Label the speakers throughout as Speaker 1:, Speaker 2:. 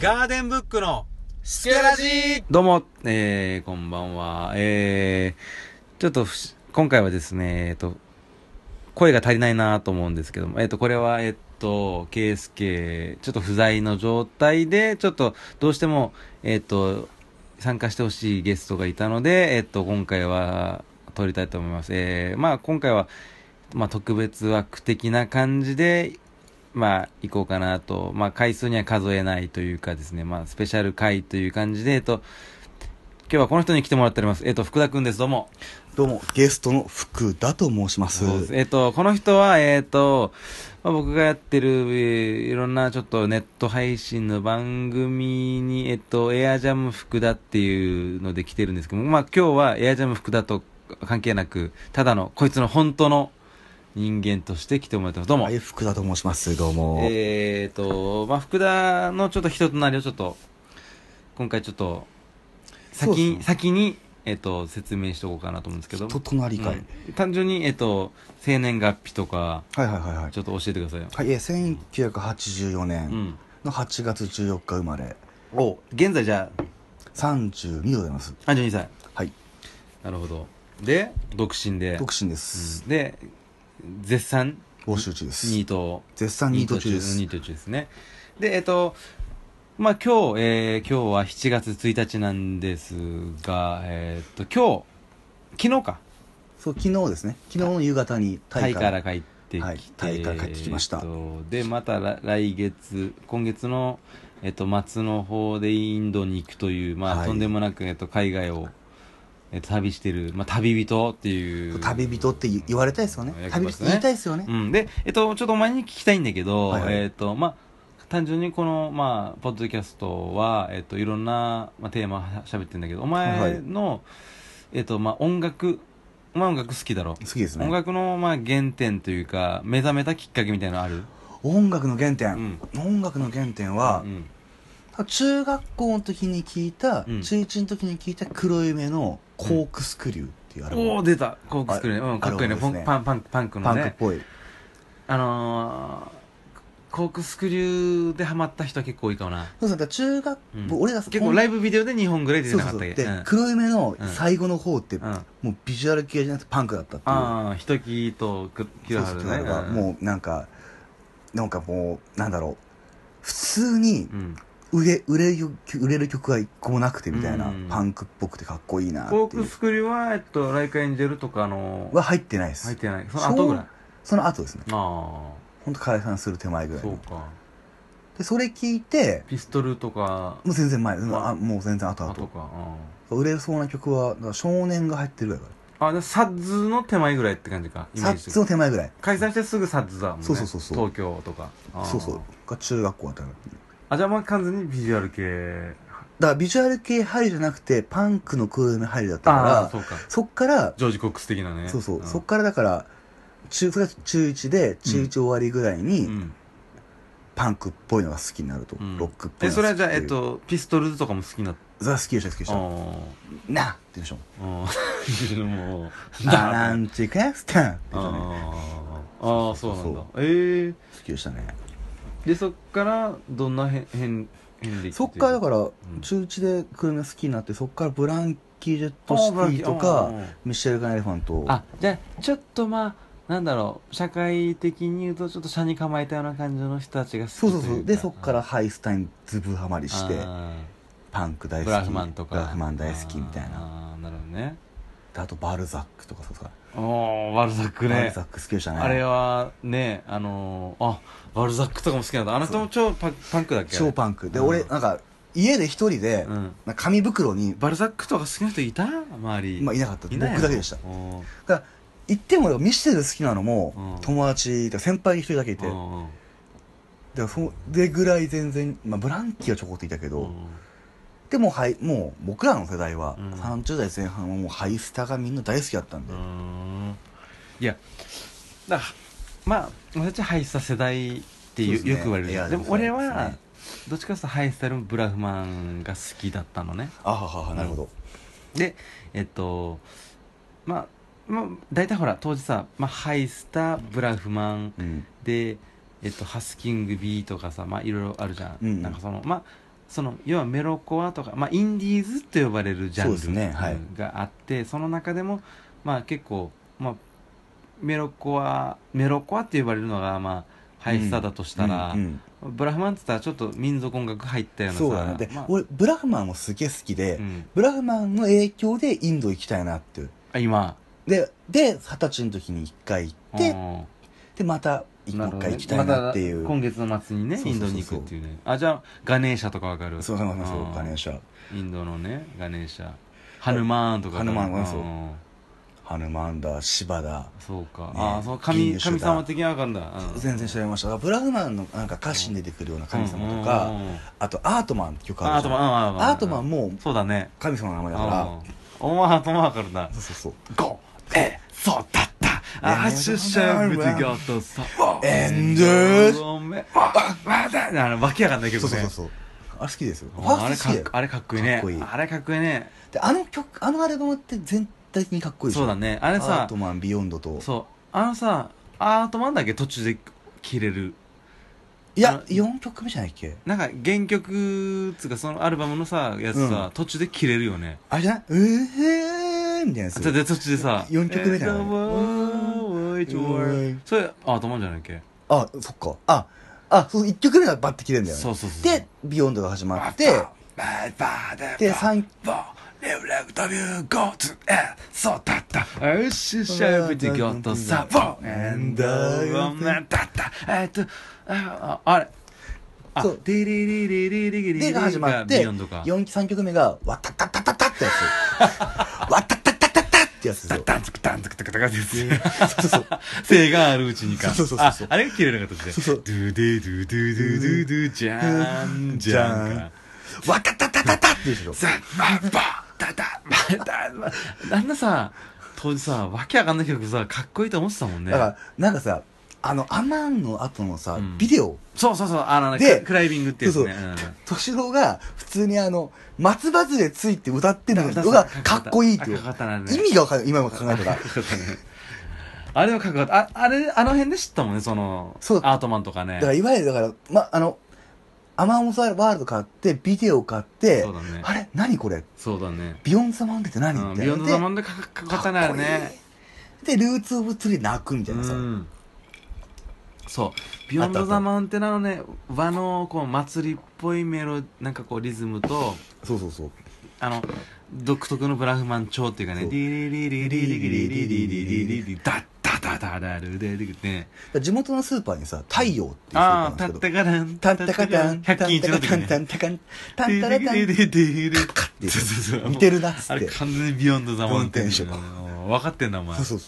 Speaker 1: ガーデンブックのスケラジー
Speaker 2: どうも、えー、こんばんは。えー、ちょっとふし、今回はですね、えっ、と、声が足りないなと思うんですけども、えっ、と、これは、えっ、と、ケースケ、ちょっと不在の状態で、ちょっと、どうしても、えっ、と、参加してほしいゲストがいたので、えっ、と、今回は、撮りたいと思います。えー、まあ、今回は、まあ、特別枠的な感じで、まあ、行こうかなと。まあ、回数には数えないというかですね、まあ、スペシャル回という感じで、えっと、今日はこの人に来てもらっております。えっと、福田くんです。どうも。
Speaker 3: どうも、ゲストの福田と申します。
Speaker 2: そうですえっと、この人は、えっと、まあ、僕がやってる、えーいろんなちょっとネット配信の番組に、えっと、エアジャム福田っていうので来てるんですけども、まあ、今日はエアジャム福田と関係なく、ただの、こいつの本当の人間として来てもらってます。どうも。
Speaker 3: はい、福田と申します。どうも。
Speaker 2: えーと、まあ、福田のちょっと人となりをちょっと、今回ちょっと、
Speaker 3: そう
Speaker 2: 先
Speaker 3: で
Speaker 2: に、
Speaker 3: すね
Speaker 2: 先に、えっと、説明しておこうかなと思うんですけど。
Speaker 3: 人となり会、
Speaker 2: うん単純に、えっと、生年月日とか、
Speaker 3: はいはいはいはい
Speaker 2: ち。ょっと教えてくださいよ。
Speaker 3: はい、えー1984
Speaker 2: う
Speaker 3: 年
Speaker 2: ん。
Speaker 3: の8月14日生まれ、
Speaker 2: お、現在じゃ
Speaker 3: 32でございます。
Speaker 2: あ、32歳。
Speaker 3: はい、
Speaker 2: なるほど。で、独身で。
Speaker 3: 独身です
Speaker 2: うん。で、絶賛、
Speaker 3: 募集中です。
Speaker 2: ニートを
Speaker 3: 絶賛ニート中です
Speaker 2: ニ。ート中ですね。で、えっと、まあ、今日、えー、今日は7月1日なんですが、えーっと、今日、昨日か、
Speaker 3: そう、昨日ですね。昨日の夕方に
Speaker 2: タイ
Speaker 3: 大
Speaker 2: か
Speaker 3: 会
Speaker 2: ら帰ってきて、
Speaker 3: はいタイから帰ってきました
Speaker 2: えーっとで、また来来月、今月の、えっと、末の方でインドに行くという、まあ、
Speaker 3: はい
Speaker 2: とんでもなく、えっと、海外を、えっと、旅してる、まあ、旅人っていう。
Speaker 3: 旅人って言われたいですよね
Speaker 2: うん。
Speaker 3: 旅人言いたいですよね。
Speaker 2: うん、で、えっと、ちょっとお前に聞きたいんだけど、
Speaker 3: はいはい
Speaker 2: えっと、まあ、単純にこの、まあ、ポッドキャストは、えっと、いろんな、まあ、テーマは喋ってるんだけど、お前の、えっと、まあ、音楽、お前音楽好きだろ。
Speaker 3: 好きです
Speaker 2: 音
Speaker 3: ね。
Speaker 2: 楽の、まあ、原点というか、目覚めたきっかけみたいなのある
Speaker 3: 音楽の原
Speaker 2: う
Speaker 3: 点。
Speaker 2: ん。
Speaker 3: 音楽の原点は
Speaker 2: う、ん。
Speaker 3: 中学校の時に聞いた、
Speaker 2: うん
Speaker 3: 中1の時に聞いた黒夢のコークスクリューっていうアルバム、
Speaker 2: おお出たコークスクリューね。
Speaker 3: あ
Speaker 2: うん、かっこいいね。
Speaker 3: アル
Speaker 2: パ
Speaker 3: バ
Speaker 2: ン
Speaker 3: ムですね
Speaker 2: パン、パンパンクの
Speaker 3: パンクっ
Speaker 2: ね。
Speaker 3: ぽい、
Speaker 2: あのー、コークスクリューでハマった人は結構多いかもな。
Speaker 3: そうそうだから中学、
Speaker 2: うん
Speaker 3: もう俺が
Speaker 2: 結構ライブビデオで2本ぐらい出て
Speaker 3: そう
Speaker 2: な
Speaker 3: そ
Speaker 2: か
Speaker 3: う
Speaker 2: った
Speaker 3: そう
Speaker 2: っけ
Speaker 3: で、黒夢の
Speaker 2: うん
Speaker 3: 最後の方って、
Speaker 2: うん。うん
Speaker 3: もうビジュアル系じゃなくてパンクだったっていう
Speaker 2: ああ、ひときとく、き
Speaker 3: そう
Speaker 2: らは
Speaker 3: そう
Speaker 2: る
Speaker 3: ってな
Speaker 2: ね。
Speaker 3: れば、
Speaker 2: う
Speaker 3: もうなんかなんかもうなんだろう普通に
Speaker 2: ん、うん。
Speaker 3: 売れ売れる売れる曲が一個もなくてみたいな、
Speaker 2: うん
Speaker 3: パンクっぽくてかっこいいなって
Speaker 2: コー
Speaker 3: い
Speaker 2: ク
Speaker 3: う
Speaker 2: スクリューは、えっと、ライカエンジェルとかの、
Speaker 3: は入ってないです
Speaker 2: 入ってない。その後ぐらい。
Speaker 3: その後ですね
Speaker 2: あ
Speaker 3: 本当解散する手前ぐ
Speaker 2: あ、
Speaker 3: らい
Speaker 2: そ
Speaker 3: の
Speaker 2: うか。
Speaker 3: でそれ聞いて
Speaker 2: ピストルとか、
Speaker 3: もう全然前、うん
Speaker 2: あ
Speaker 3: あもう全然後
Speaker 2: あと
Speaker 3: 々
Speaker 2: か。
Speaker 3: 売れそうな曲はだから少年が入ってるぐらいか
Speaker 2: うんあ、でサッズの手前ぐらいって感じか。イメ
Speaker 3: ら
Speaker 2: ー
Speaker 3: サッ
Speaker 2: ジ的
Speaker 3: ツ
Speaker 2: に
Speaker 3: の手前ぐらい
Speaker 2: 解散してすぐサッズだもんね。
Speaker 3: そうそうそうそう
Speaker 2: 東京とか。あー
Speaker 3: そうそうが中学校あたりだ
Speaker 2: あ、じゃあまあ完全にビジュアル系。
Speaker 3: からビジュアル系入りじゃなくてパンクの黒夢入りだったか
Speaker 2: ああー、
Speaker 3: ら
Speaker 2: そうか。
Speaker 3: そっから
Speaker 2: ジョージ・コックス的なね。
Speaker 3: そうそう、
Speaker 2: ん
Speaker 3: そっからだから中それが中1で中1終わりぐらいに、
Speaker 2: うん。
Speaker 3: パンクっぽいのが好きになると、
Speaker 2: うん
Speaker 3: ロックっ
Speaker 2: え、
Speaker 3: ぽいの
Speaker 2: そ
Speaker 3: が
Speaker 2: れは
Speaker 3: 好き
Speaker 2: じゃあ、えって
Speaker 3: いう
Speaker 2: と、ピストルズとかも好きな。
Speaker 3: ザ好きでした好きでし
Speaker 2: あ
Speaker 3: た
Speaker 2: ー
Speaker 3: なあって言うでしょ
Speaker 2: ああ、もう、
Speaker 3: 「アランチクエスタン」って
Speaker 2: あ
Speaker 3: 言ったね
Speaker 2: あああ、そうなんだ。え
Speaker 3: 好きでしたね
Speaker 2: え。で、そっから、どんな変、変、変歴
Speaker 3: そっからだ
Speaker 2: ら、
Speaker 3: から
Speaker 2: ん
Speaker 3: 中1で車好きになってそっからブランキー・ジェット・シティと
Speaker 2: あ
Speaker 3: か
Speaker 2: ー
Speaker 3: ミシェル・ガン・エレファント
Speaker 2: あ、じゃあ、ちょっとまあ、なんだろう、社会的に言うと、ちょっと社に構えたような感じの人たちが好きと
Speaker 3: そ
Speaker 2: いうか
Speaker 3: そうそうでそっから、ハイスタインズブハマりして
Speaker 2: あ
Speaker 3: パンク大
Speaker 2: ー
Speaker 3: 好き
Speaker 2: ブラフマンとか。
Speaker 3: ブラフマン大好きみたいな
Speaker 2: な。あーなるほどね。
Speaker 3: であとバルザックとかそうか
Speaker 2: おー、バルザック
Speaker 3: バ
Speaker 2: ね
Speaker 3: ルザ。ック好きでしたね
Speaker 2: あれはね、あのー、あ、バルザックとかも好きなんだ。あなたも超パンパンクだっけ
Speaker 3: 超パンクで
Speaker 2: うん
Speaker 3: 俺なんか家で一人で
Speaker 2: うん。
Speaker 3: なんか紙袋に
Speaker 2: バルザックとか好きな人いた周り、
Speaker 3: まあいなかった僕
Speaker 2: ないの
Speaker 3: だけでした
Speaker 2: うん
Speaker 3: 行っても俺ミシェル好きなの
Speaker 2: う
Speaker 3: も
Speaker 2: ん
Speaker 3: 友達だから先輩一人だけいて
Speaker 2: うんうん
Speaker 3: でそれぐらい全然まあブランキーはちょこっといたけど
Speaker 2: うん
Speaker 3: でもはいもう僕らの世代は
Speaker 2: うん
Speaker 3: 30代前半はもうハイスタがみんな大好きだったん
Speaker 2: う
Speaker 3: で、
Speaker 2: んいやだからまあ俺たちハイスタ世代って
Speaker 3: そう
Speaker 2: よ,、
Speaker 3: ですね
Speaker 2: よく言われる
Speaker 3: い
Speaker 2: じゃ
Speaker 3: や
Speaker 2: んで
Speaker 3: でも
Speaker 2: も俺
Speaker 3: そうです
Speaker 2: は
Speaker 3: ね
Speaker 2: どっちかというとハイスタよりもブラフマンが好きだったのね
Speaker 3: あはははなるほど、
Speaker 2: でえっとまあまあ大体ほら当時さ、まあ、ハイスタブラフマン
Speaker 3: うん
Speaker 2: で、えっと、ハスキング B とかさまあいろいろあるじゃん、
Speaker 3: うん
Speaker 2: なんかそのまあその要はメロコアとか、まあ、インディーズと呼ばれるジャ
Speaker 3: そうです
Speaker 2: ンル
Speaker 3: ねはい
Speaker 2: うんがあってそ,、の中でも、まあ、結構、まあ、メロコアメロコアって呼ばれるのが、まあ、ハイスターだとしたら、
Speaker 3: うんうん
Speaker 2: ブラフマンって言ったらちょっと民族音楽入ったようなさ
Speaker 3: そうだねで、
Speaker 2: まあ
Speaker 3: 俺ブラフマンもすげえ好きで、
Speaker 2: うん
Speaker 3: ブラフマンの影響でインド行きたいなっていう
Speaker 2: あ今
Speaker 3: でで二十歳の時に一回行って、
Speaker 2: うん
Speaker 3: でまたい
Speaker 2: な
Speaker 3: も
Speaker 2: る
Speaker 3: う
Speaker 2: ほどね
Speaker 3: 一回行きたいなっていう、
Speaker 2: また今月の末にね
Speaker 3: そう
Speaker 2: イ
Speaker 3: そ
Speaker 2: ンド
Speaker 3: うそうそう
Speaker 2: に行くっていうねあじゃあガネーシャとかわかる
Speaker 3: そうそうそうそうガネー
Speaker 2: シ
Speaker 3: シャ
Speaker 2: ャインドのねガネーシャハヌマーンとか
Speaker 3: ハヌマーンはそうんハヌマンだシバだ
Speaker 2: そうか、
Speaker 3: ね
Speaker 2: ああそう
Speaker 3: ギ
Speaker 2: 神
Speaker 3: ーシュだ
Speaker 2: 神様的にわかるんだ、うん
Speaker 3: 全然知られましたブラフマンのなんか歌詞に出てくるような神様と
Speaker 2: うんうん
Speaker 3: か
Speaker 2: うんうん
Speaker 3: あとアートマンって曲あ
Speaker 2: アー
Speaker 3: るじ
Speaker 2: ト
Speaker 3: ゃ
Speaker 2: マ
Speaker 3: ん
Speaker 2: ンアートマン
Speaker 3: アートマンも
Speaker 2: そうだね
Speaker 3: 神様の名前だか
Speaker 2: うんお前アートマンわかるな
Speaker 3: らそうそうそう
Speaker 2: ゴーえそうだった
Speaker 3: ね
Speaker 2: アッシュシャーブズガートサボ
Speaker 3: エンドゥー
Speaker 2: ごめんわわだあのわけやかんないけど
Speaker 3: そう
Speaker 2: ね
Speaker 3: そうそうそうあれ好きですよファ
Speaker 2: あ
Speaker 3: ー
Speaker 2: れ
Speaker 3: スト好
Speaker 2: かっ
Speaker 3: きだよ
Speaker 2: あれかっこいいね
Speaker 3: かっこいい
Speaker 2: あれかっこいいね
Speaker 3: であの曲あのアルバムって全体的にかっこいいでしょ
Speaker 2: そうだねあれ
Speaker 3: アー
Speaker 2: さ
Speaker 3: トマンビヨンドと
Speaker 2: そうあのさアートマンだけ途中で切れる
Speaker 3: いや
Speaker 2: あ
Speaker 3: 4曲目じゃないっけ
Speaker 2: なんか原曲つうかそのアルバムのさやつさ、
Speaker 3: うん
Speaker 2: 途中で切れるよね
Speaker 3: あれじゃないうえーみたいなやつ
Speaker 2: あでで途中でさ
Speaker 3: 四曲目だよ
Speaker 2: え
Speaker 3: ね
Speaker 2: ー the world is yours
Speaker 3: うん
Speaker 2: それアートマンじゃないっけ
Speaker 3: あそっかああそう1曲目がバッて切れるんだよね
Speaker 2: そうそうそう
Speaker 3: で「ビヨンドが始まってで
Speaker 2: で
Speaker 3: 3
Speaker 2: レブレブダビューゴーツエそうだったアッシュシャーブディゴットサボーエンドーメンだったえっとあああれあ
Speaker 3: そう
Speaker 2: ディリリリリリリリ
Speaker 3: でが始まっ
Speaker 2: ビ
Speaker 3: て
Speaker 2: ヨンドか
Speaker 3: 四3曲目が「わたたたたた」ってや つわたたたたたってやつです
Speaker 2: ダ
Speaker 3: よ
Speaker 2: ダンツクダンツクダクダクです
Speaker 3: そうそう
Speaker 2: 背があるうちにか
Speaker 3: そうそうそうそう
Speaker 2: ああれが綺麗な形で
Speaker 3: そうそう
Speaker 2: ドゥドゥドゥドゥドゥドゥドゥじゃんじゃんか
Speaker 3: わたたたたたっていうでしょ
Speaker 2: ザッバッダダバダバあんなさ当時さわけわかんない曲さかっこいいと思ってたもんね
Speaker 3: だからなんかさあの「アマン」の後のさ
Speaker 2: うん
Speaker 3: ビデオ
Speaker 2: そうそうそう、あの、
Speaker 3: で
Speaker 2: ククライミングってやつね。
Speaker 3: そ
Speaker 2: う
Speaker 3: う
Speaker 2: ん
Speaker 3: 敏郎が普通にあの松葉杖ついて歌ってるの
Speaker 2: だ
Speaker 3: が
Speaker 2: ら
Speaker 3: かっこいいっていう
Speaker 2: かっこよかったなあれね
Speaker 3: 意味がわかんない今も考え たら
Speaker 2: あれはかっこよかった。ああれ、あの辺で知ったもんね、その、
Speaker 3: そう
Speaker 2: アートマンとかね
Speaker 3: だか。らいわゆるだから、ま、あの、アマモザワールド買って、ビデオ買って、
Speaker 2: そうだね
Speaker 3: あれ何これ
Speaker 2: そうだね。
Speaker 3: ビヨンザマウンテンって何
Speaker 2: うん
Speaker 3: みた
Speaker 2: ビ
Speaker 3: い
Speaker 2: ヨ
Speaker 3: な。
Speaker 2: ンドザマ
Speaker 3: ン
Speaker 2: ンでかっこよかったね、あれね。
Speaker 3: で、ルーツ・オブ・ツリー泣くみた
Speaker 2: う
Speaker 3: いなさ。
Speaker 2: ん。そう。ビヨンドザマウンテナのね、和の、こう、祭りっぽいメロ、なんかこう、リズムと、
Speaker 3: そうそうそう。
Speaker 2: あの、独特のブラフマン調っていうかね、
Speaker 3: そう
Speaker 2: ディリリリリリリリリリリリリ、ダッダダダダルデリリね。
Speaker 3: だから地元のスーパーにさ、太陽っていうスーパー
Speaker 2: あ
Speaker 3: な
Speaker 2: あ、
Speaker 3: ん
Speaker 2: たっ
Speaker 3: です
Speaker 2: たかたん、
Speaker 3: けど、タンタカタン、タン
Speaker 2: 百均一
Speaker 3: タ
Speaker 2: の
Speaker 3: カ
Speaker 2: 時
Speaker 3: タン、
Speaker 2: ね。
Speaker 3: タ
Speaker 2: ン
Speaker 3: ンタカン、タンタラタン、
Speaker 2: て
Speaker 3: 似てるなっつ
Speaker 2: あ
Speaker 3: っ
Speaker 2: れ
Speaker 3: て。
Speaker 2: 完全にビヨンドザマウンテン
Speaker 3: マウンテンでしょ
Speaker 2: 分かってんだお前
Speaker 3: そうそう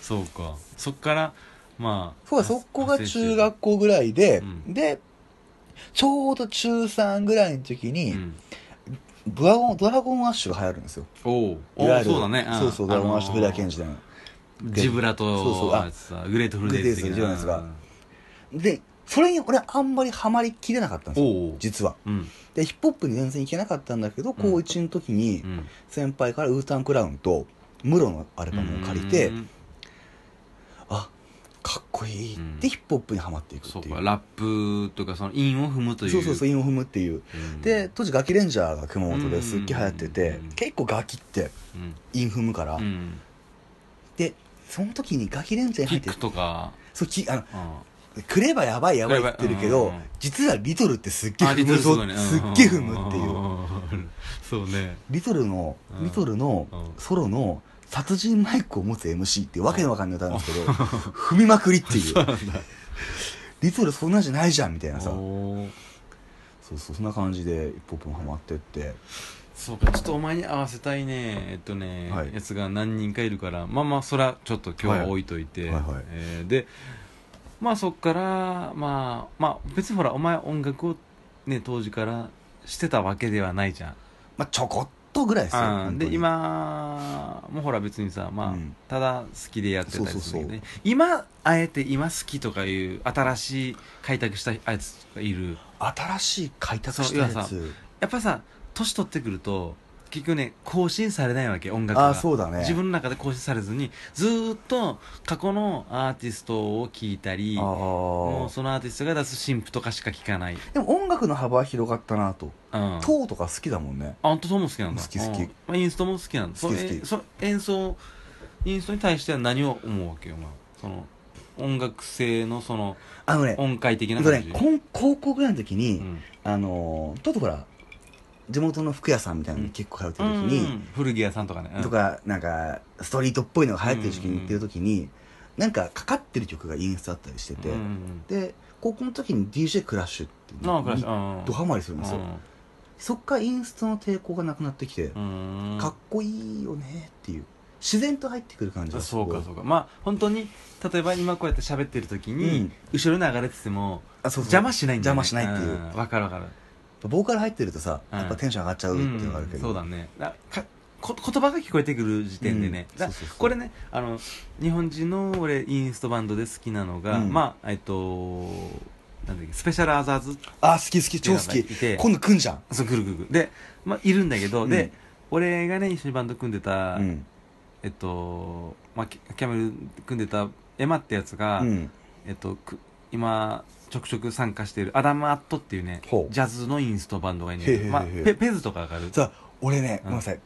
Speaker 3: そう。
Speaker 2: そうかそっからまあ
Speaker 3: そうだ、そこが中学校ぐらいで、
Speaker 2: うん
Speaker 3: で、ちょうど中3ぐらいの時
Speaker 2: う
Speaker 3: に、
Speaker 2: ん
Speaker 3: ドラゴン、ドラゴンアッシュが流行るんですよ。
Speaker 2: おう
Speaker 3: いわ
Speaker 2: おう
Speaker 3: ゆる
Speaker 2: そうだねん
Speaker 3: そうそう、ドラゴンアッシュ、
Speaker 2: あ
Speaker 3: ブ
Speaker 2: のー
Speaker 3: ラケンジだよ。
Speaker 2: ジブラ
Speaker 3: そうそう
Speaker 2: と
Speaker 3: あ
Speaker 2: あいつさグレートフルデイズ的
Speaker 3: グレートフルデイズじゃない
Speaker 2: うん
Speaker 3: で、それに俺あんまりハマりきれなかったんですよ。
Speaker 2: おう
Speaker 3: 実は。
Speaker 2: うん
Speaker 3: で、ヒップホップに全然いけなかったんだけど、
Speaker 2: ん
Speaker 3: 高1の時に
Speaker 2: う、ん
Speaker 3: 先輩からウータンクラウンと、ムロのアルバムを借りて
Speaker 2: う、ん
Speaker 3: あ、かっこいい。
Speaker 2: うん
Speaker 3: で、ヒップホップにハマっていく
Speaker 2: そ
Speaker 3: っ
Speaker 2: う
Speaker 3: てい
Speaker 2: か
Speaker 3: う。
Speaker 2: ラップとかその韻を踏むという
Speaker 3: そうそうそう、
Speaker 2: う
Speaker 3: 韻を踏むっていう。
Speaker 2: ん
Speaker 3: で、当時ガキレンジャーが熊本ですっげえ流行ってて
Speaker 2: うん、
Speaker 3: 結構ガキって
Speaker 2: うん
Speaker 3: 韻踏むから
Speaker 2: う。ん
Speaker 3: で、その時にガキレンジャー
Speaker 2: キ
Speaker 3: に入っ
Speaker 2: ッ
Speaker 3: て
Speaker 2: ク、とか
Speaker 3: そう、きあの、
Speaker 2: うん
Speaker 3: クレバやばいやばいって言ってるけ
Speaker 2: クレ
Speaker 3: ど
Speaker 2: バうん、
Speaker 3: 実はリトルってすっげえ
Speaker 2: あリ
Speaker 3: 踏
Speaker 2: ト
Speaker 3: む
Speaker 2: ルそ
Speaker 3: ぞ
Speaker 2: うだねうん
Speaker 3: すっげえ踏むっていう。
Speaker 2: うんそうね
Speaker 3: リトルの、
Speaker 2: うん
Speaker 3: リトルの
Speaker 2: うん
Speaker 3: ソロの殺人マイクを持つ MC っていうわけのわかんない歌なんですけど、踏みまくりっ ていう。リトルそんなんじゃないじゃんみたいなさ。
Speaker 2: おー
Speaker 3: そうそう、そんな感じで、一歩分ハマってって。
Speaker 2: そうかちょっとお前に合わせたいねえっとね、
Speaker 3: はい
Speaker 2: やつが何人かいるからまあまあそらちょっと今日は置いといて、
Speaker 3: はいはいはい
Speaker 2: えーでまあそっからまあまあ別にほらお前音楽をね当時からしてたわけではないじゃん
Speaker 3: まあ、ちょこっとぐらいですよ。
Speaker 2: あ
Speaker 3: 本当
Speaker 2: で
Speaker 3: に、
Speaker 2: 今もうほら別にさまあ、
Speaker 3: うん
Speaker 2: ただ好きでやってたりするんだけどね
Speaker 3: そうそう
Speaker 2: 今あえて今好きとかいう新しい開拓したやつとかいる
Speaker 3: 新しい開拓したや
Speaker 2: そう要は
Speaker 3: つ。
Speaker 2: やっぱさ年取ってくると結局ね更新されないわけ音楽が
Speaker 3: あーそうだね
Speaker 2: 自分の中で更新されずにずーっと過去のアーティストを聴いたり
Speaker 3: あ
Speaker 2: もう
Speaker 3: ー
Speaker 2: そのアーティストが出す新譜とかしか聴かない、うん、
Speaker 3: でも音楽の幅は広がったなと
Speaker 2: あ
Speaker 3: 「塔」とか好きだもんね
Speaker 2: あんたとも好きなんだ
Speaker 3: 好き好き
Speaker 2: うんまあ、インストも好きなんだ
Speaker 3: 好き好き
Speaker 2: それそれ演奏インストに対しては何を思うわけよ、まあ、その音楽性のその
Speaker 3: あのね
Speaker 2: 音階的
Speaker 3: え
Speaker 2: な
Speaker 3: っと
Speaker 2: 感
Speaker 3: ね
Speaker 2: じ、
Speaker 3: こん高校ぐらいの時に、
Speaker 2: うん
Speaker 3: あのーちょっとほら地元の服屋さんみたいなのに結構通って
Speaker 2: う
Speaker 3: る時
Speaker 2: ん
Speaker 3: に、
Speaker 2: うん古着屋さんとかね、うん
Speaker 3: とかなんかストリートっぽいのが流行ってる時期に行ってる時に、なんかかかってる曲がインスタだったりしてて、
Speaker 2: うんうん
Speaker 3: で高校の時に DJ クラッシュっていう
Speaker 2: うん、ああ
Speaker 3: の
Speaker 2: クラッシュ
Speaker 3: に
Speaker 2: うん
Speaker 3: ドハマりするんですよ、
Speaker 2: うん
Speaker 3: そっからインスタの抵抗がなくなってきて、
Speaker 2: うん
Speaker 3: かっこいいよねっていう自然と入ってくる感じがす
Speaker 2: そ
Speaker 3: ごいう
Speaker 2: かそうかまあ本当に例えば今こうやって喋ってる時に、
Speaker 3: うん
Speaker 2: 後ろに流れてても
Speaker 3: あそうそう
Speaker 2: 邪魔しないんだよ、ね、
Speaker 3: 邪魔しないっていうん
Speaker 2: わかるわかる
Speaker 3: ボーカル入ってるとさやっぱテンション上がっちゃうっていうのがあるけ
Speaker 2: うん
Speaker 3: ど、
Speaker 2: そうだねだかこ言葉が聞こえてくる時点でね、
Speaker 3: うん
Speaker 2: だ
Speaker 3: そうそうそう
Speaker 2: これねあの日本人の俺インストバンドで好きなのが、
Speaker 3: うん
Speaker 2: まあえっとなんだっけスペシャルアザーズって
Speaker 3: あ好き好き
Speaker 2: いう
Speaker 3: 超
Speaker 2: の
Speaker 3: 好
Speaker 2: が
Speaker 3: き
Speaker 2: いて
Speaker 3: 今度来んじゃん
Speaker 2: そうぐるぐるぐるで、まあ、いるんだけど、
Speaker 3: うん
Speaker 2: で俺がね一緒にバンド組んでた、
Speaker 3: うん
Speaker 2: えっと、まあ、キキャメル組んでたエマってやつが、
Speaker 3: うん
Speaker 2: えっと、く今ちょくちょく参加しているアダム・アットっていうね
Speaker 3: ほう
Speaker 2: ジャズのインストバンドがいるんだけ
Speaker 3: へ
Speaker 2: ど、
Speaker 3: へへ
Speaker 2: まあ、ペペズとかがある
Speaker 3: さあ俺
Speaker 2: ん
Speaker 3: ね、ごめんなさい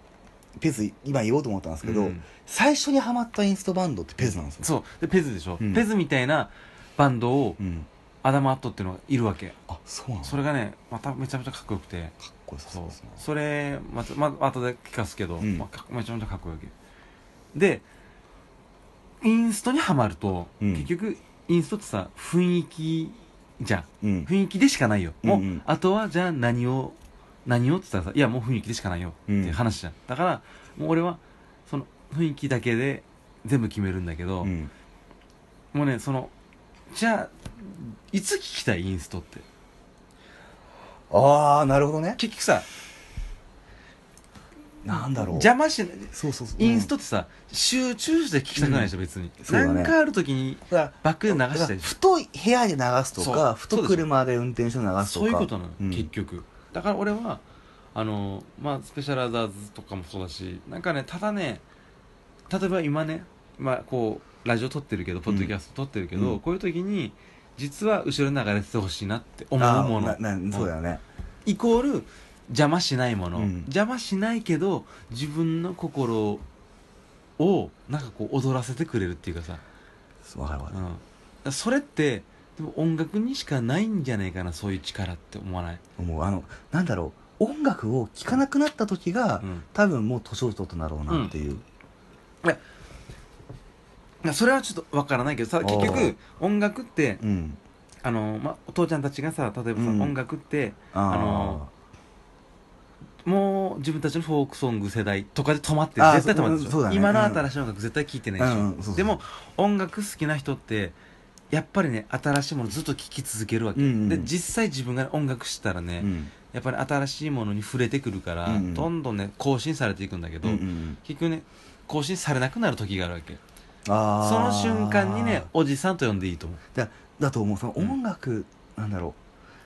Speaker 3: ペズ今言おうと思ったんですけど、
Speaker 2: うん
Speaker 3: 最初にハマったインストバンドってペズなんですよ
Speaker 2: そうでペズでしょ、
Speaker 3: うん
Speaker 2: ペズみたいなバンドを
Speaker 3: うん
Speaker 2: アダム・アットっていうのがいるわけ
Speaker 3: あそうなの
Speaker 2: そ
Speaker 3: れ
Speaker 2: れがねまためちゃめちゃかっこよくて
Speaker 3: かっこよさそ
Speaker 2: そうう
Speaker 3: ですね
Speaker 2: それまた、まあ後で聞かすけど、
Speaker 3: うん
Speaker 2: まあ、かめちゃめちゃかっこよいわけでインストにはまると、
Speaker 3: うん
Speaker 2: 結局インストってさ雰囲気じゃん
Speaker 3: うん
Speaker 2: 雰囲気でしかないよ、もう、
Speaker 3: うんうん
Speaker 2: あとはじゃあ何を何をって言ったらさいやもう雰囲気でしかないよっていう話じゃん、だからもう俺はその雰囲気だけで全部決めるんだけど、
Speaker 3: うん
Speaker 2: もうねそのじゃあいつ聞きたいインストって
Speaker 3: ああなるほどね
Speaker 2: 結局さ
Speaker 3: なんだろう
Speaker 2: 邪魔しない
Speaker 3: そうそうそう
Speaker 2: インストってさ、集中して聞きたくないでしょ、別に
Speaker 3: そうだね
Speaker 2: 何かある時に
Speaker 3: だから
Speaker 2: バックで流したりしょ
Speaker 3: ふと部屋で流すとか
Speaker 2: そう
Speaker 3: ふと車で運転して流すとか
Speaker 2: そういうことなの、
Speaker 3: うん
Speaker 2: 結局だから俺はあのまあスペシャルアザーズとかもそうだしなんかねただね例えば今ね今こうラジオ撮ってるけどポッドキャスト撮ってるけど、
Speaker 3: うん
Speaker 2: こういう時に実は後ろに流れててほしいなって思
Speaker 3: あ
Speaker 2: う
Speaker 3: ー
Speaker 2: もの
Speaker 3: ななそうだよね
Speaker 2: イコール邪魔しないもの、
Speaker 3: うん
Speaker 2: 邪魔しないけど自分の心をなんかこう踊らせてくれるっていうかさ、
Speaker 3: わかるわ
Speaker 2: うん、だ
Speaker 3: かる
Speaker 2: からそれってでも音楽にしかないんじゃないかなそういう力って思わない、
Speaker 3: もうあのなんだろう音楽を聴かなくなった時が
Speaker 2: うん、
Speaker 3: 多分もう年を取ったんだろうなっていう
Speaker 2: いやそれはちょっとわからないけどさ
Speaker 3: ー
Speaker 2: 結局音楽って
Speaker 3: うん
Speaker 2: あの、まあ、お父ちゃんたちがさ例えばさ、
Speaker 3: うん
Speaker 2: 音楽って
Speaker 3: あ
Speaker 2: あのもう自分たちのフォークソング世代とかで止まって
Speaker 3: あー
Speaker 2: る絶対止まってるでし
Speaker 3: そ
Speaker 2: ょ
Speaker 3: うだね
Speaker 2: 今の新しい音楽絶対聴いてないでしょ、
Speaker 3: うんうんそうそう
Speaker 2: でも音楽好きな人ってやっぱりね新しいものずっと聴き続けるわけ、
Speaker 3: うんうん
Speaker 2: で実際自分が音楽したらね、
Speaker 3: ーうん
Speaker 2: やっぱり新しいものに触れてくるから、
Speaker 3: うんうん
Speaker 2: どんどんね更新されていくんだけど、
Speaker 3: うんうん
Speaker 2: 結局ね更新されなくなる時があるわけ
Speaker 3: あー
Speaker 2: その瞬間にねおじさんと呼んでいいと思う
Speaker 3: だだと思うその音楽、なんだろ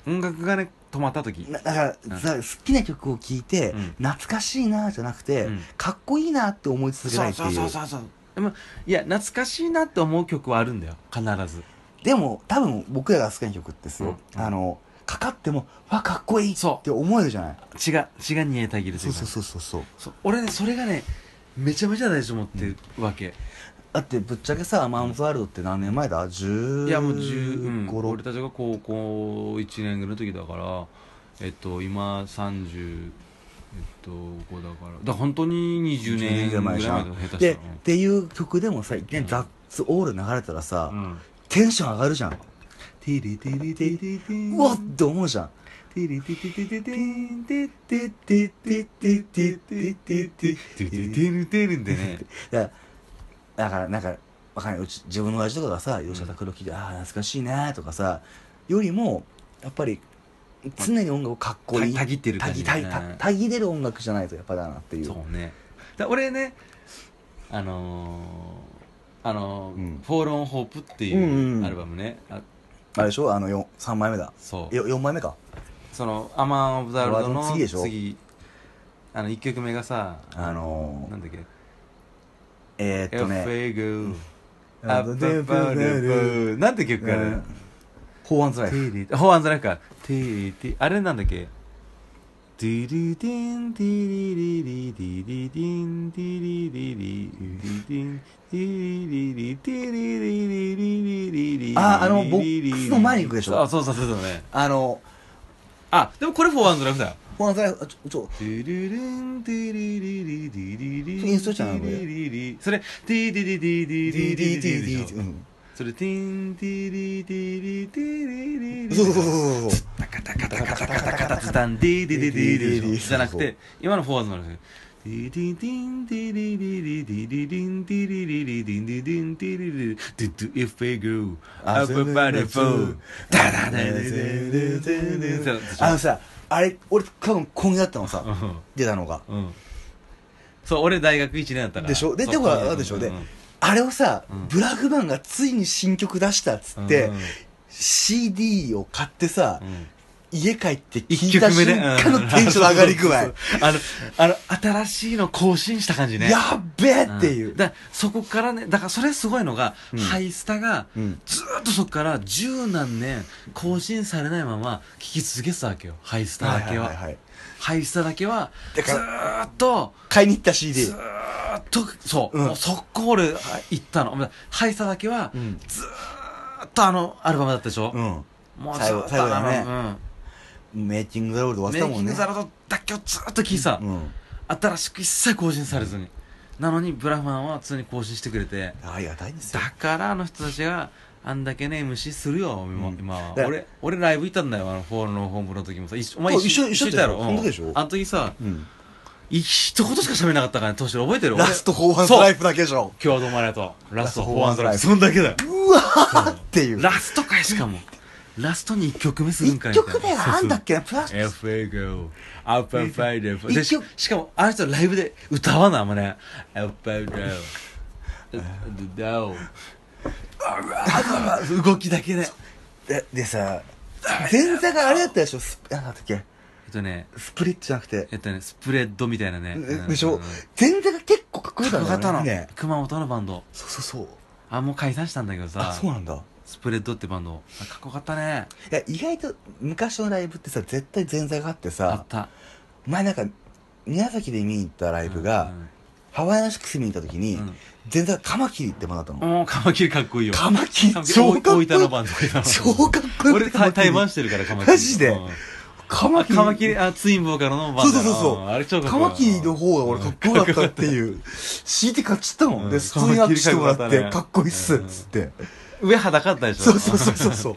Speaker 2: 音楽がね止まった時
Speaker 3: うなだから、
Speaker 2: うん
Speaker 3: さ好きな曲を聴いて、
Speaker 2: うん
Speaker 3: 懐かしいなじゃなくて、
Speaker 2: うん
Speaker 3: かっこいいなって思い続けないっていう
Speaker 2: うそうでもいや懐かしいなって思う曲はあるんだよ必ず
Speaker 3: でも多分僕らが好きな曲ってすよ、
Speaker 2: うん
Speaker 3: あのかかってもわかっこいいっ
Speaker 2: そう
Speaker 3: て思えるじゃない
Speaker 2: 血が血が煮えたぎると
Speaker 3: そ
Speaker 2: いううか
Speaker 3: そうそうそうそう
Speaker 2: そう俺ねそれがねめちゃめちゃ大事と思ってるわけ、
Speaker 3: だってぶっちゃけさマンズワールドって何年前だ1 5
Speaker 2: いやもう十、うん、俺
Speaker 3: 6
Speaker 2: たちが高校1年ぐらいの時だからえっと今30えっと5だからだから本当に20年ぐらい前だと下手
Speaker 3: でっ
Speaker 2: したら
Speaker 3: ていう曲でもさ「ね
Speaker 2: うん
Speaker 3: ザッツオール」流れたらさ、
Speaker 2: うん
Speaker 3: テンション上がるじゃん
Speaker 2: ティリティリティリティ
Speaker 3: うわっって思うじゃん
Speaker 2: ティリティティティティティ
Speaker 3: てってってってってってってっ
Speaker 2: て
Speaker 3: て
Speaker 2: るてるてるんでね
Speaker 3: だからだからなんかわかんないうち自分の親父とかがさ吉田黒木で、ああ懐かしいなとかさよりもやっぱり常に音楽をかっこいい
Speaker 2: たたぎってる
Speaker 3: た
Speaker 2: 感
Speaker 3: ぎ
Speaker 2: じ
Speaker 3: たぎた
Speaker 2: うん
Speaker 3: たぎれる音楽じゃないとやっぱだなっていう
Speaker 2: そうねだ俺ねあのーあのー
Speaker 3: うん
Speaker 2: フォール・オン・ホープ」って
Speaker 3: うんうんう
Speaker 2: い
Speaker 3: ん
Speaker 2: うアルバムね、あ
Speaker 3: あれでしょあのよ3枚目だ
Speaker 2: そう
Speaker 3: よ4枚目か
Speaker 2: その「アマン・オブ・ザ・ールド」
Speaker 3: ワードの
Speaker 2: の
Speaker 3: 次でしょ
Speaker 2: あの1曲目がさ
Speaker 3: あの
Speaker 2: なんだっけ
Speaker 3: えー、っとね
Speaker 2: FA グーアップルブルなんて曲か
Speaker 3: う
Speaker 2: ね
Speaker 3: ん法案ズライ
Speaker 2: テ
Speaker 3: フ
Speaker 2: ィリティホアンズライフかティリティあれなんだっけティリティンティリリリティリティンティリリリティリティンティリリリティリリリリリリリ
Speaker 3: ああのボックスの前に行くでしょ
Speaker 2: あそうそうそうそうね
Speaker 3: あの
Speaker 2: あでもこれフォーアンズライフだよ
Speaker 3: 法案ズライフあちょちょ
Speaker 2: トゥルルントゥリリリリリリ
Speaker 3: インストじゃないこれ
Speaker 2: リリリそれティリリリリリリリリリでしょ
Speaker 3: うん
Speaker 2: それティンティリティリティリリリ
Speaker 3: そうそうそうそ うそう
Speaker 2: タカタカタカタカタカタズタンディディディディディディじゃなくて今のフォワードなんですよディディディンディリリリディリリンディリリリディディディンディリリリドゥドゥイフェグアップバレフォーダダダダダダダ
Speaker 3: あ
Speaker 2: ダ
Speaker 3: のさあれ俺多分今月だったのさ
Speaker 2: うん
Speaker 3: 出たのが
Speaker 2: うんそう俺大学1年だったから
Speaker 3: でしょで
Speaker 2: そう
Speaker 3: でほら
Speaker 2: そう
Speaker 3: あるでしょ
Speaker 2: うん
Speaker 3: で
Speaker 2: うん
Speaker 3: あれをさ、
Speaker 2: うん
Speaker 3: ブラフマンがついに新曲出したっつって、
Speaker 2: うんうん
Speaker 3: CD を買ってさ、
Speaker 2: うん
Speaker 3: 家帰って
Speaker 2: 一
Speaker 3: 聞い
Speaker 2: 曲
Speaker 3: た
Speaker 2: 目
Speaker 3: 瞬
Speaker 2: ね
Speaker 3: 間のテンション上がり具
Speaker 2: う
Speaker 3: 合
Speaker 2: んあのあの新しいの更新した感じね
Speaker 3: やっべえっていう、
Speaker 2: うんだからそこからねだからそれすごいのが、
Speaker 3: うん
Speaker 2: ハイスタが
Speaker 3: うん
Speaker 2: ずーっとそこから十何年更新されないまま聴き続けてたわけよハイスタだけは,、
Speaker 3: いいいい
Speaker 2: ハイスタだけはず
Speaker 3: だから
Speaker 2: ーっと
Speaker 3: 買いに行った CD
Speaker 2: ずーっとそう、
Speaker 3: うん
Speaker 2: もう速攻俺行ったのハイスタだけは、
Speaker 3: うん
Speaker 2: ずーっとあのアルバムだったでしょ、
Speaker 3: うん
Speaker 2: もうず
Speaker 3: 最
Speaker 2: ー
Speaker 3: 後
Speaker 2: っ
Speaker 3: 最後
Speaker 2: とあ
Speaker 3: だ
Speaker 2: の、
Speaker 3: ね
Speaker 2: うん
Speaker 3: メイキング・ザ・ロール終
Speaker 2: メイ
Speaker 3: わった
Speaker 2: キ
Speaker 3: も
Speaker 2: ン
Speaker 3: んね
Speaker 2: グザラドだけをずーっと聴いてた、
Speaker 3: うん
Speaker 2: 新しく一切更新されずに、なのにブラフマンは常に更新してくれて
Speaker 3: ありがたいですよ
Speaker 2: だからあの人たちがあんだけね MC するよ今,、
Speaker 3: うん
Speaker 2: 今は
Speaker 3: だ
Speaker 2: 俺俺ライブ行ったんだよあのフォールのホームの時もさ一緒お
Speaker 3: そう一緒一緒
Speaker 2: いたろ
Speaker 3: 一緒だよその時でしょ
Speaker 2: うんあの時さ
Speaker 3: うん
Speaker 2: い一言しか喋んなかったからね当時覚えてる
Speaker 3: ラスト・ホー
Speaker 2: 俺
Speaker 3: ンスライ
Speaker 2: そう
Speaker 3: フだけでしょ
Speaker 2: 今日はどうもありがとうラスト
Speaker 3: ラスト
Speaker 2: フォーアンドライフ
Speaker 3: フ
Speaker 2: そんだけだよ
Speaker 3: うわーっていう
Speaker 2: ラストかいしかもラストに1曲目するん
Speaker 3: 一
Speaker 2: かい
Speaker 3: 曲目があんだっけなプラス
Speaker 2: FA Girl Up and Fight Up
Speaker 3: 一
Speaker 2: でし
Speaker 3: 曲
Speaker 2: しかもあの人ライブで歌わないあんまね Up and Girl The Dow 動きだけ で
Speaker 3: ででさ前座があれだったでしょスなんだったっけ
Speaker 2: えっとね
Speaker 3: スプリットじゃなくて
Speaker 2: えっとねスプレッドみたいなねうん
Speaker 3: でし
Speaker 2: う
Speaker 3: ょ
Speaker 2: ん
Speaker 3: 前座が結構かっこよ
Speaker 2: か
Speaker 3: か
Speaker 2: っ
Speaker 3: っ
Speaker 2: こよかっ
Speaker 3: た
Speaker 2: た
Speaker 3: ん
Speaker 2: の
Speaker 3: だよね
Speaker 2: 熊本のバンド
Speaker 3: そうそうそう
Speaker 2: あもう解散したんだけど
Speaker 3: あ
Speaker 2: さ
Speaker 3: そうなんだい
Speaker 2: スプレッドってバンドあかっこよかったね
Speaker 3: や意外と昔のライブってさ絶対前座があって
Speaker 2: あっ
Speaker 3: さ
Speaker 2: た
Speaker 3: 前なんか宮崎で見に行ったライブ
Speaker 2: う
Speaker 3: が
Speaker 2: ん
Speaker 3: ハワイアンシックス見に行った時に
Speaker 2: うん
Speaker 3: 前座がカマキリってもらったの
Speaker 2: もうカマキリかっこいいよ
Speaker 3: カマキリ
Speaker 2: カマキリ
Speaker 3: 超かっこ
Speaker 2: 大
Speaker 3: いい
Speaker 2: 分のバンド
Speaker 3: 超かっこよく
Speaker 2: 俺
Speaker 3: て
Speaker 2: た対バン
Speaker 3: し
Speaker 2: してるからカマキリ
Speaker 3: マジで
Speaker 2: うん
Speaker 3: カ
Speaker 2: あ
Speaker 3: マキリ
Speaker 2: カマキリあツインボーカルのバンド
Speaker 3: そうそうそう
Speaker 2: うん
Speaker 3: そ
Speaker 2: あれ超
Speaker 3: う
Speaker 2: かっ
Speaker 3: カ
Speaker 2: こいい
Speaker 3: マキリの方が俺かっこよかったっていう CD 買っちゃったもん
Speaker 2: う
Speaker 3: で
Speaker 2: ん
Speaker 3: 普通に握手してもら
Speaker 2: カマ
Speaker 3: っ
Speaker 2: キリかっこよかったね
Speaker 3: てかっこいいっすっつって
Speaker 2: 上裸だったでしょ
Speaker 3: そうそ うそうそうそう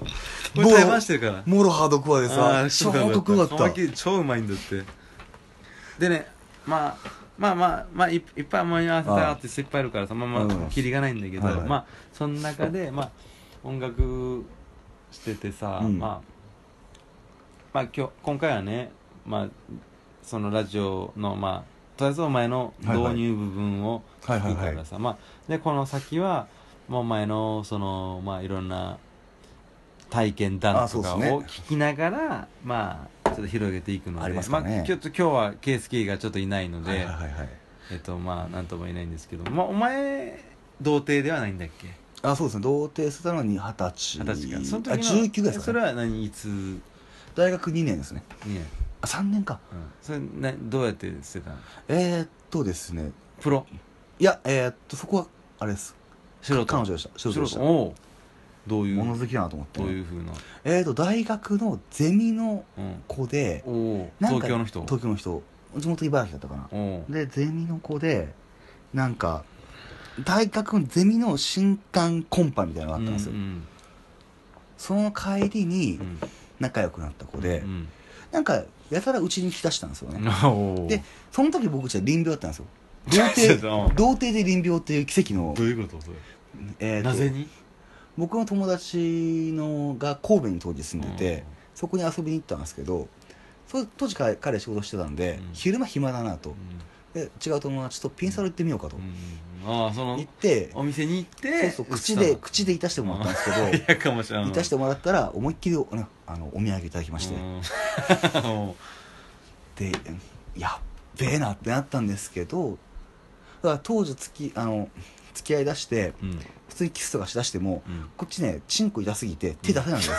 Speaker 2: 俺対バンしてるから
Speaker 3: もろハードコアで
Speaker 2: あ
Speaker 3: さ
Speaker 2: ー
Speaker 3: 超
Speaker 2: かっ
Speaker 3: かっこよか
Speaker 2: カ
Speaker 3: っ
Speaker 2: マ
Speaker 3: た
Speaker 2: キリ超うまいんだってでねまあまあまあまあいいっぱい思い合わせたアーティストいっぱいいるからさまあま
Speaker 3: うん
Speaker 2: あキリがないんだけど
Speaker 3: はいはい
Speaker 2: まあその中でまあ音楽しててさ
Speaker 3: うん
Speaker 2: まあまあ今日今回はねまあそのラジオのまあとりあえずお前の導入部分を
Speaker 3: はいはい
Speaker 2: 聞くからさ、まあ、でこの先はもうお前のそのまあいろんな体験談
Speaker 3: あそ
Speaker 2: と
Speaker 3: うで
Speaker 2: か
Speaker 3: す
Speaker 2: を
Speaker 3: ね
Speaker 2: 聞きながらまあちょっと広げていくので
Speaker 3: ありますかね
Speaker 2: あ、ちょっと今日はケースキーがちょっといないので、
Speaker 3: はいはいはいはい
Speaker 2: えっとまあなんとも言えないんですけど、まあ、お前童貞ではないんだっけ
Speaker 3: あそうですね童貞してたのに二十歳
Speaker 2: 二十歳かその時
Speaker 3: あ
Speaker 2: の
Speaker 3: 19ぐらいです
Speaker 2: そ
Speaker 3: か、
Speaker 2: れ
Speaker 3: ね、
Speaker 2: は何いつに
Speaker 3: 大学2年ですね
Speaker 2: ね、
Speaker 3: あ3年か
Speaker 2: うん、それなどうやって捨てたの
Speaker 3: えー、っとですね
Speaker 2: プロ
Speaker 3: いやえー、っとそこはあれです
Speaker 2: 素人
Speaker 3: 彼女でした素人
Speaker 2: 素
Speaker 3: でした
Speaker 2: 人おうどういう
Speaker 3: 物好きだなと思って
Speaker 2: ど
Speaker 3: ね、
Speaker 2: ういうふうな、
Speaker 3: えー、っと大学のゼミの
Speaker 2: うん、
Speaker 3: 子で
Speaker 2: おお
Speaker 3: なん
Speaker 2: 東
Speaker 3: か
Speaker 2: 京の人
Speaker 3: 東京の人地元茨城だったか
Speaker 2: おおう
Speaker 3: なでゼミの子でなんか大学のゼミの新刊コンパみたいなのがあったんですよ、
Speaker 2: うん
Speaker 3: その帰りに
Speaker 2: うん
Speaker 3: 仲良くなった子で、
Speaker 2: うん
Speaker 3: なんかやたらうちに来だしたんですよね、
Speaker 2: おう
Speaker 3: でその時僕ちは臨病だったんです よ童
Speaker 2: ちょっ
Speaker 3: 貞
Speaker 2: とうん
Speaker 3: 童貞で臨病っていう奇跡の
Speaker 2: ど、ういうことそれ
Speaker 3: えーと
Speaker 2: なぜに
Speaker 3: 僕の友達のが神戸に当時住んでて、そこに遊びに行ったんですけどそう当時彼彼仕事してたんで、
Speaker 2: うん
Speaker 3: 昼間暇だな
Speaker 2: う
Speaker 3: と
Speaker 2: ん
Speaker 3: で違う友達とピンサロ行ってみようかと、
Speaker 2: うんああその
Speaker 3: 行って
Speaker 2: お店に行って
Speaker 3: そうそう口で
Speaker 2: 口
Speaker 3: 口でいたしてもらったんです
Speaker 2: いやかもしれ
Speaker 3: け
Speaker 2: な
Speaker 3: ど
Speaker 2: い
Speaker 3: いたしてもらったら思いっきりお,、 ね、あのお土産いただきまして、
Speaker 2: うんおう
Speaker 3: でやっべえなってなったんですけどだから当時付きあの付き合いだして
Speaker 2: うん
Speaker 3: 普通にキスとかしだしても
Speaker 2: うん
Speaker 3: こっちねチンコ痛すぎて手出せないんですよ、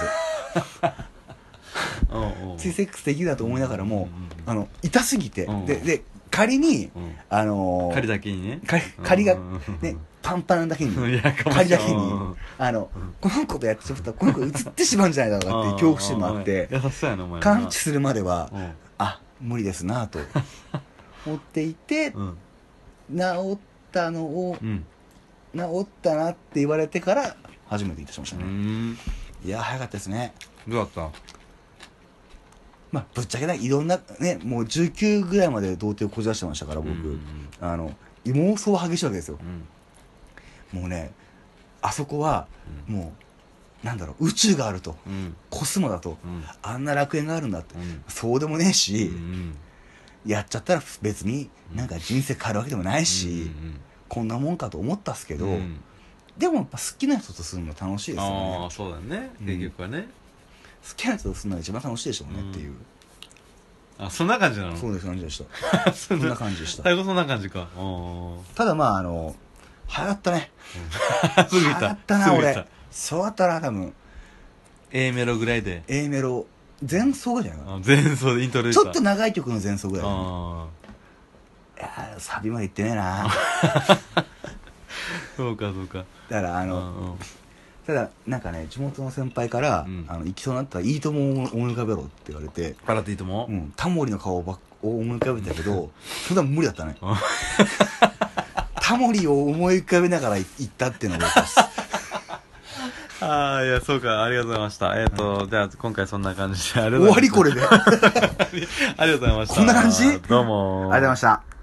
Speaker 2: おうおう
Speaker 3: ついセックスできるなと思いながらも、
Speaker 2: うんうん
Speaker 3: あの痛すぎて、
Speaker 2: うん
Speaker 3: でで仮に
Speaker 2: うん
Speaker 3: あのー
Speaker 2: 狩りだけにね
Speaker 3: 仮仮が
Speaker 2: うんうんうん
Speaker 3: ねパンパンだけに
Speaker 2: うんいやかも
Speaker 3: 仮
Speaker 2: しれ
Speaker 3: だ
Speaker 2: ん
Speaker 3: けに
Speaker 2: うん
Speaker 3: あの
Speaker 2: うん
Speaker 3: この子とやってしまったらこの子映ってしまうんじゃないだろうかっていう恐怖心もあって
Speaker 2: うん優しそうやなお前
Speaker 3: 完治するまでは
Speaker 2: うん
Speaker 3: あ無理ですなと思っていて
Speaker 2: うん
Speaker 3: 治ったのを
Speaker 2: うん
Speaker 3: 治ったなって言われてから初めていたしまし
Speaker 2: う
Speaker 3: たね、
Speaker 2: ん
Speaker 3: いや早かったですね
Speaker 2: どうだっ
Speaker 3: まあぶっちゃけないいろんなねもう19ぐらいまで童貞をこじらしてましたから
Speaker 2: た
Speaker 3: 僕、
Speaker 2: うん
Speaker 3: あの妄想は激しいわけですよ
Speaker 2: うん
Speaker 3: もうねあそこはもうなんだろう宇宙があると
Speaker 2: うん
Speaker 3: コスモだと
Speaker 2: うん
Speaker 3: あんな楽園があるんだって
Speaker 2: うん
Speaker 3: そうでもねえし、
Speaker 2: うん
Speaker 3: やっちゃったら別になんか人生変わるわけでもないし、
Speaker 2: うん
Speaker 3: こんなもんかと思ったっすけど、
Speaker 2: うん
Speaker 3: でもやっぱ好きな人とするの楽しいですよ
Speaker 2: あ
Speaker 3: ね
Speaker 2: あそうだね
Speaker 3: うん
Speaker 2: 結局はね
Speaker 3: 好きな人とするのが一番楽しいでしょうねっていう、
Speaker 2: あそんな感じなの
Speaker 3: そうです感じ でした
Speaker 2: そん
Speaker 3: そんな
Speaker 2: な
Speaker 3: 感じでし た
Speaker 2: 最後そんな感じか うん
Speaker 3: ただまああの流行ったね
Speaker 2: あす
Speaker 3: 流
Speaker 2: ぐ
Speaker 3: 行
Speaker 2: 言った
Speaker 3: った
Speaker 2: す
Speaker 3: な
Speaker 2: ぐ言っ
Speaker 3: 俺そうだったな多分
Speaker 2: A メロぐらいで
Speaker 3: A メロ前奏じゃないかな
Speaker 2: あ前奏でイントロ入れた
Speaker 3: ちょっと長い曲の前奏ぐらいい
Speaker 2: ああ
Speaker 3: やーサビまで行ってねえな
Speaker 2: そうかそうか
Speaker 3: だからあ
Speaker 2: あ
Speaker 3: の
Speaker 2: の
Speaker 3: ただなんかね地元の先輩から「
Speaker 2: うん
Speaker 3: あの行きそうになったらいいとも思い浮かべろ」って言われて
Speaker 2: パラティとも
Speaker 3: うん、タモリの顔ばっを思い浮かべたけ ど、それは無理だったね
Speaker 2: あ。
Speaker 3: タモリを思い浮かべながら行ったっていう のが僕です。
Speaker 2: ああいやそうかありがとうございましたえっとじゃあ今回そんな感じでありが
Speaker 3: 終
Speaker 2: とうござ
Speaker 3: わ
Speaker 2: い
Speaker 3: り
Speaker 2: ました
Speaker 3: これで。あ
Speaker 2: あ
Speaker 3: りがとう
Speaker 2: りがとうございました
Speaker 3: こんな感じ
Speaker 2: どうも
Speaker 3: ございました。